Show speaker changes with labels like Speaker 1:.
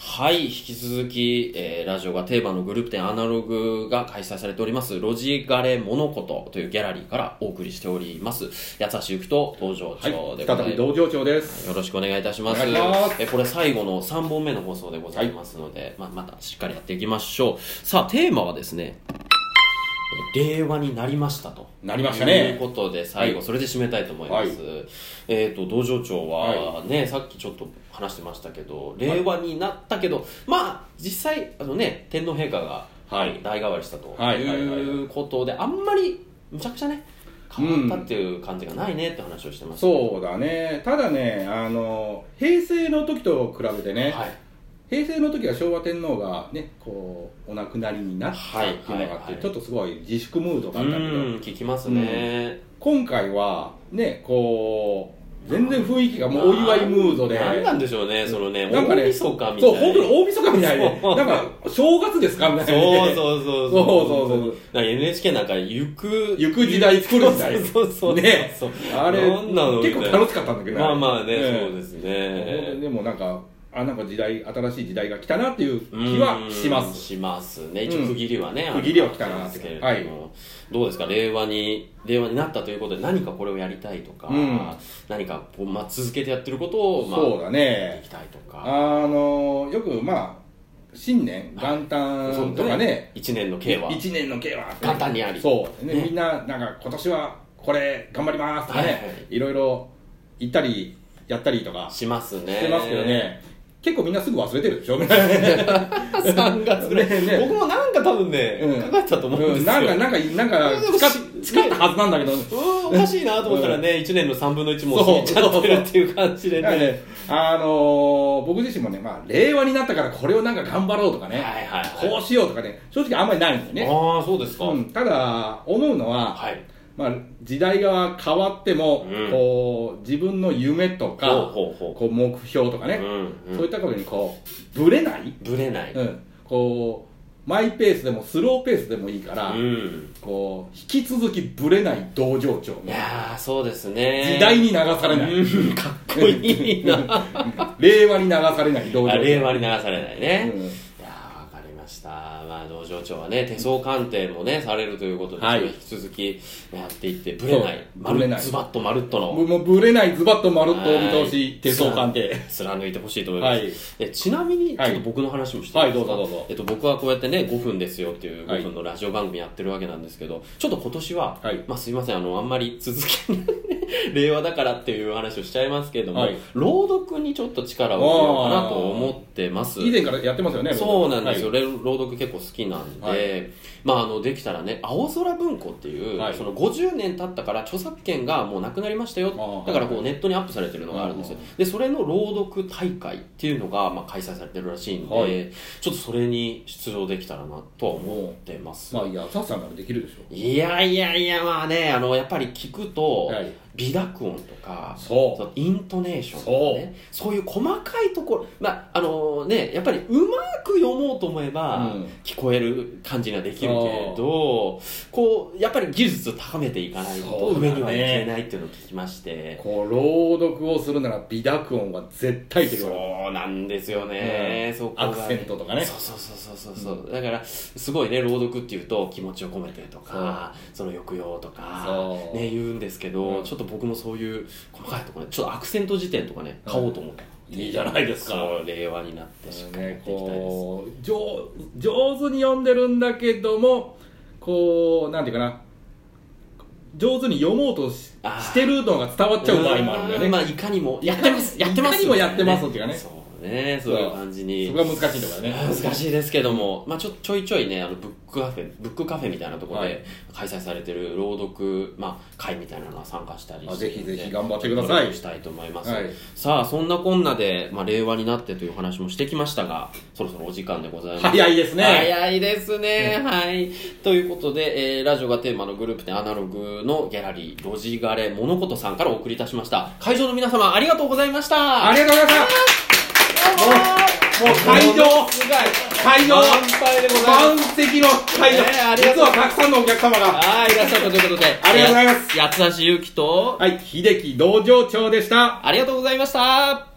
Speaker 1: はい、引き続き、えーラジオがテーマのグループ展アナログが開催されております、ロジガレモノコトというギャラリーからお送りしております。八橋ゆきと道場
Speaker 2: はい
Speaker 1: 長で、ございます。
Speaker 2: 再び道場長です。
Speaker 1: よろしくお願いいたします。
Speaker 2: お願いします
Speaker 1: えこれ最後の3本目の放送でございますので、まあ、またしっかりやっていきましょう。さあ、テーマはですね、え令和になりましたと。
Speaker 2: なりました
Speaker 1: という
Speaker 2: ね。
Speaker 1: ことで、最後、
Speaker 2: はい
Speaker 1: それで締めたいと思います。えっ、と、道場長はね、さっきちょっと話してましたけど、令和になったけど、まあ、実際、あのね、天皇陛下が、
Speaker 2: はい
Speaker 1: 代替わりしたと
Speaker 2: はいはいはいはい
Speaker 1: いうことで、あんまり、むちゃくちゃね、変わったっていう感じがないねって話をしてました。
Speaker 2: そうだね。ただね、あの平成の時と比べてね、
Speaker 1: はい。
Speaker 2: 平成の時は昭和天皇がね、こうお亡くなりになったっていうのがあって、
Speaker 1: はいはいはい
Speaker 2: ちょっとすごい自粛ムード
Speaker 1: う
Speaker 2: だったけど、
Speaker 1: ん、聞きますね。
Speaker 2: 今回はね、こう全然雰囲気がもうお祝いムードで。
Speaker 1: なんなんでしょうね、そのね、
Speaker 2: なんかね
Speaker 1: 大晦日みた
Speaker 2: そう、
Speaker 1: い
Speaker 2: 本当に大晦日みたいで、
Speaker 1: そう
Speaker 2: なんか、正月ですかみたいな
Speaker 1: そうそ
Speaker 2: ね。
Speaker 1: うそう
Speaker 2: そうそうそう
Speaker 1: なんか NHK なんか行く
Speaker 2: 行く時代作る時代
Speaker 1: そうそうそう
Speaker 2: ね
Speaker 1: そう
Speaker 2: あれ、
Speaker 1: なんなの
Speaker 2: 結構楽
Speaker 1: し
Speaker 2: しかったんだけど
Speaker 1: まあまあね、
Speaker 2: ええ
Speaker 1: そうです
Speaker 2: で
Speaker 1: ね
Speaker 2: もなんかあなんか時代新しい時代が来たなっていう気はしま
Speaker 1: うん
Speaker 2: す
Speaker 1: しますね一応区切りはね、
Speaker 2: うん
Speaker 1: ある
Speaker 2: 区切りは来たな
Speaker 1: ありますけれども、どうですか令和に令和になったということで何かこれをやりたいとか、
Speaker 2: うん
Speaker 1: 何かこう、まあ、続けてやってることを、まあ、
Speaker 2: そうだ
Speaker 1: やってい
Speaker 2: ね
Speaker 1: きたいとか
Speaker 2: あのよくまあ新年
Speaker 1: はい
Speaker 2: 元旦とかね
Speaker 1: 一年の
Speaker 2: 一
Speaker 1: 計は
Speaker 2: 1年の計は
Speaker 1: 簡単にあり
Speaker 2: そう、ね
Speaker 1: ね
Speaker 2: みんななんか今年はこれ頑張りますとかね、
Speaker 1: はい
Speaker 2: い
Speaker 1: はい
Speaker 2: ろいろ行ったりやったりとかし
Speaker 1: しますね
Speaker 2: てますけどね結構みんなすぐ忘れてるで しょみたいなね
Speaker 1: 3月ぐらい、
Speaker 2: ねね
Speaker 1: 僕もなんか多分ね、
Speaker 2: うん
Speaker 1: 考えてたと思うんですよ、
Speaker 2: うんなんかなんかなんか
Speaker 1: でも
Speaker 2: 使っ
Speaker 1: し
Speaker 2: 使ったはずなんだけど
Speaker 1: うわおかしいなと思ったらね、1年の3分の1もう過ぎちゃってるっていう感じで
Speaker 2: だから
Speaker 1: ね
Speaker 2: ね、あのー僕自身もね、まあ、令和になったからこれをなんか頑張ろうとかね、
Speaker 1: はいはいはい
Speaker 2: こうしようとかね、正直あんまりないん だよね。
Speaker 1: ああそうですか、
Speaker 2: うん、ただ、思うのは、
Speaker 1: はい
Speaker 2: まあ、時代が変わっても、
Speaker 1: うん
Speaker 2: こう自分の夢とか
Speaker 1: ほうほうほう
Speaker 2: こう目標とかね、
Speaker 1: うんうん
Speaker 2: そういったことにこうぶれない、
Speaker 1: ぶれない
Speaker 2: うん、こうマイペースでもスローペースでもいいから、
Speaker 1: うん
Speaker 2: こう引き続きぶれない道場長
Speaker 1: いやーそうですね
Speaker 2: 時代に流されない、
Speaker 1: うんかっこいいな
Speaker 2: 令和に流されない道場
Speaker 1: あ
Speaker 2: 長
Speaker 1: 令和に流されないね、
Speaker 2: うん
Speaker 1: いやーわかりましたまあ道場長はね手相鑑定もねされるということで、
Speaker 2: はい
Speaker 1: それを引き続きやっていってぶれない
Speaker 2: そう
Speaker 1: 丸
Speaker 2: ぶれない
Speaker 1: ズバッとまるっとの
Speaker 2: もうもうぶれないズバッと丸っとお見通し手相鑑定
Speaker 1: 貫いてほしいと思います、
Speaker 2: はい
Speaker 1: えちなみにちょっと僕の話もしていいですか
Speaker 2: はいはいどうぞどうぞ
Speaker 1: えっと、僕はこうやってね5分ですよっていう
Speaker 2: はい
Speaker 1: 5分のラジオ番組やってるわけなんですけど、ちょっと今年は、
Speaker 2: はい
Speaker 1: まあ、すいませんあのあんまり続けない 令和だからっていう話をしちゃいますけれども、
Speaker 2: はい
Speaker 1: 朗読にちょっと力を入れようかなと思ってます
Speaker 2: 以前からやってますよね
Speaker 1: そうなんですよ、
Speaker 2: は
Speaker 1: 俺朗読結構好きなんで、
Speaker 2: はい
Speaker 1: まあ、あのできたらね青空文庫っていう、
Speaker 2: はい
Speaker 1: その50年経ったから著作権がもうなくなりましたよ
Speaker 2: あー
Speaker 1: だからこ
Speaker 2: は
Speaker 1: う
Speaker 2: い
Speaker 1: ネットにアップされてるのがあるんですよ
Speaker 2: あ
Speaker 1: でそれの朗読大会っていうのが、まあ、開催されてるらしいんで、
Speaker 2: はい
Speaker 1: ちょっとそれに出場できたらなとは思ってます、
Speaker 2: まあいやサッさんならできるでしょ
Speaker 1: いやいやいやまあねあのやっぱり聞くと、
Speaker 2: はい
Speaker 1: 微濁音とか
Speaker 2: そう
Speaker 1: のイントネーションとかねそういう細かいところまああのねやっぱりうまく読もうと思えば、
Speaker 2: うん
Speaker 1: 聞こえる感じができるけれどこうやっぱり技術を高めていかないと
Speaker 2: そうだね
Speaker 1: 上にはいけないっていうのを聞きまして
Speaker 2: こう朗読をするなら微濁音は絶対という
Speaker 1: そうなんですよね、
Speaker 2: うん
Speaker 1: そこがね
Speaker 2: アクセントとかね
Speaker 1: そうそうそうそうそう、うだからすごいね朗読っていうと気持ちを込めてとかその抑揚とか
Speaker 2: そう
Speaker 1: ね言うんですけど、
Speaker 2: うん
Speaker 1: ちょっと僕もそういう細かいところねちょっとアクセント辞典とかね買おうと思って、
Speaker 2: いいじゃないですか
Speaker 1: そう令和になってしっかりやっていきたいです、
Speaker 2: こう上上手に読んでるんだけどもこうなんていうかな上手に読もうとし
Speaker 1: あー
Speaker 2: してるのが伝わっちゃう場合もあるんだよね
Speaker 1: まあ、いかにもやってます
Speaker 2: いか
Speaker 1: や
Speaker 2: に
Speaker 1: ってます
Speaker 2: いかにもやってますっていうかね
Speaker 1: そうねそういう感じに
Speaker 2: そこが難しいところだね
Speaker 1: 難しいですけども、まあ、ちょちょいちょいねあのブックカフェブックカフェみたいなところ
Speaker 2: は
Speaker 1: で
Speaker 2: い
Speaker 1: 開催されてる朗読、まあ、会みたいなのは参加したりして
Speaker 2: あぜひぜひ頑張ってください
Speaker 1: 協力したいと思います、
Speaker 2: はい
Speaker 1: さあそんなこんなで、まあ、令和になってというお話もしてきましたがそろそろお時間でございます
Speaker 2: 早いですね
Speaker 1: 早いですねはいということで、えーラジオがテーマのグループでアナログのギャラリーロジガレモノコトさんからお送りいたしました会場の皆様ありがとうございました
Speaker 2: ありがとうございましたもう会場
Speaker 1: すごい
Speaker 2: 会場
Speaker 1: 満杯でございます
Speaker 2: 満席の会場、
Speaker 1: ねえありがとう
Speaker 2: 実はたくさんのお客様が
Speaker 1: はい、いらっしゃったということで、
Speaker 2: ありがとうございます
Speaker 1: えー。八橋ゆきと、
Speaker 2: はい秀樹道場長でした
Speaker 1: ありがとうございました。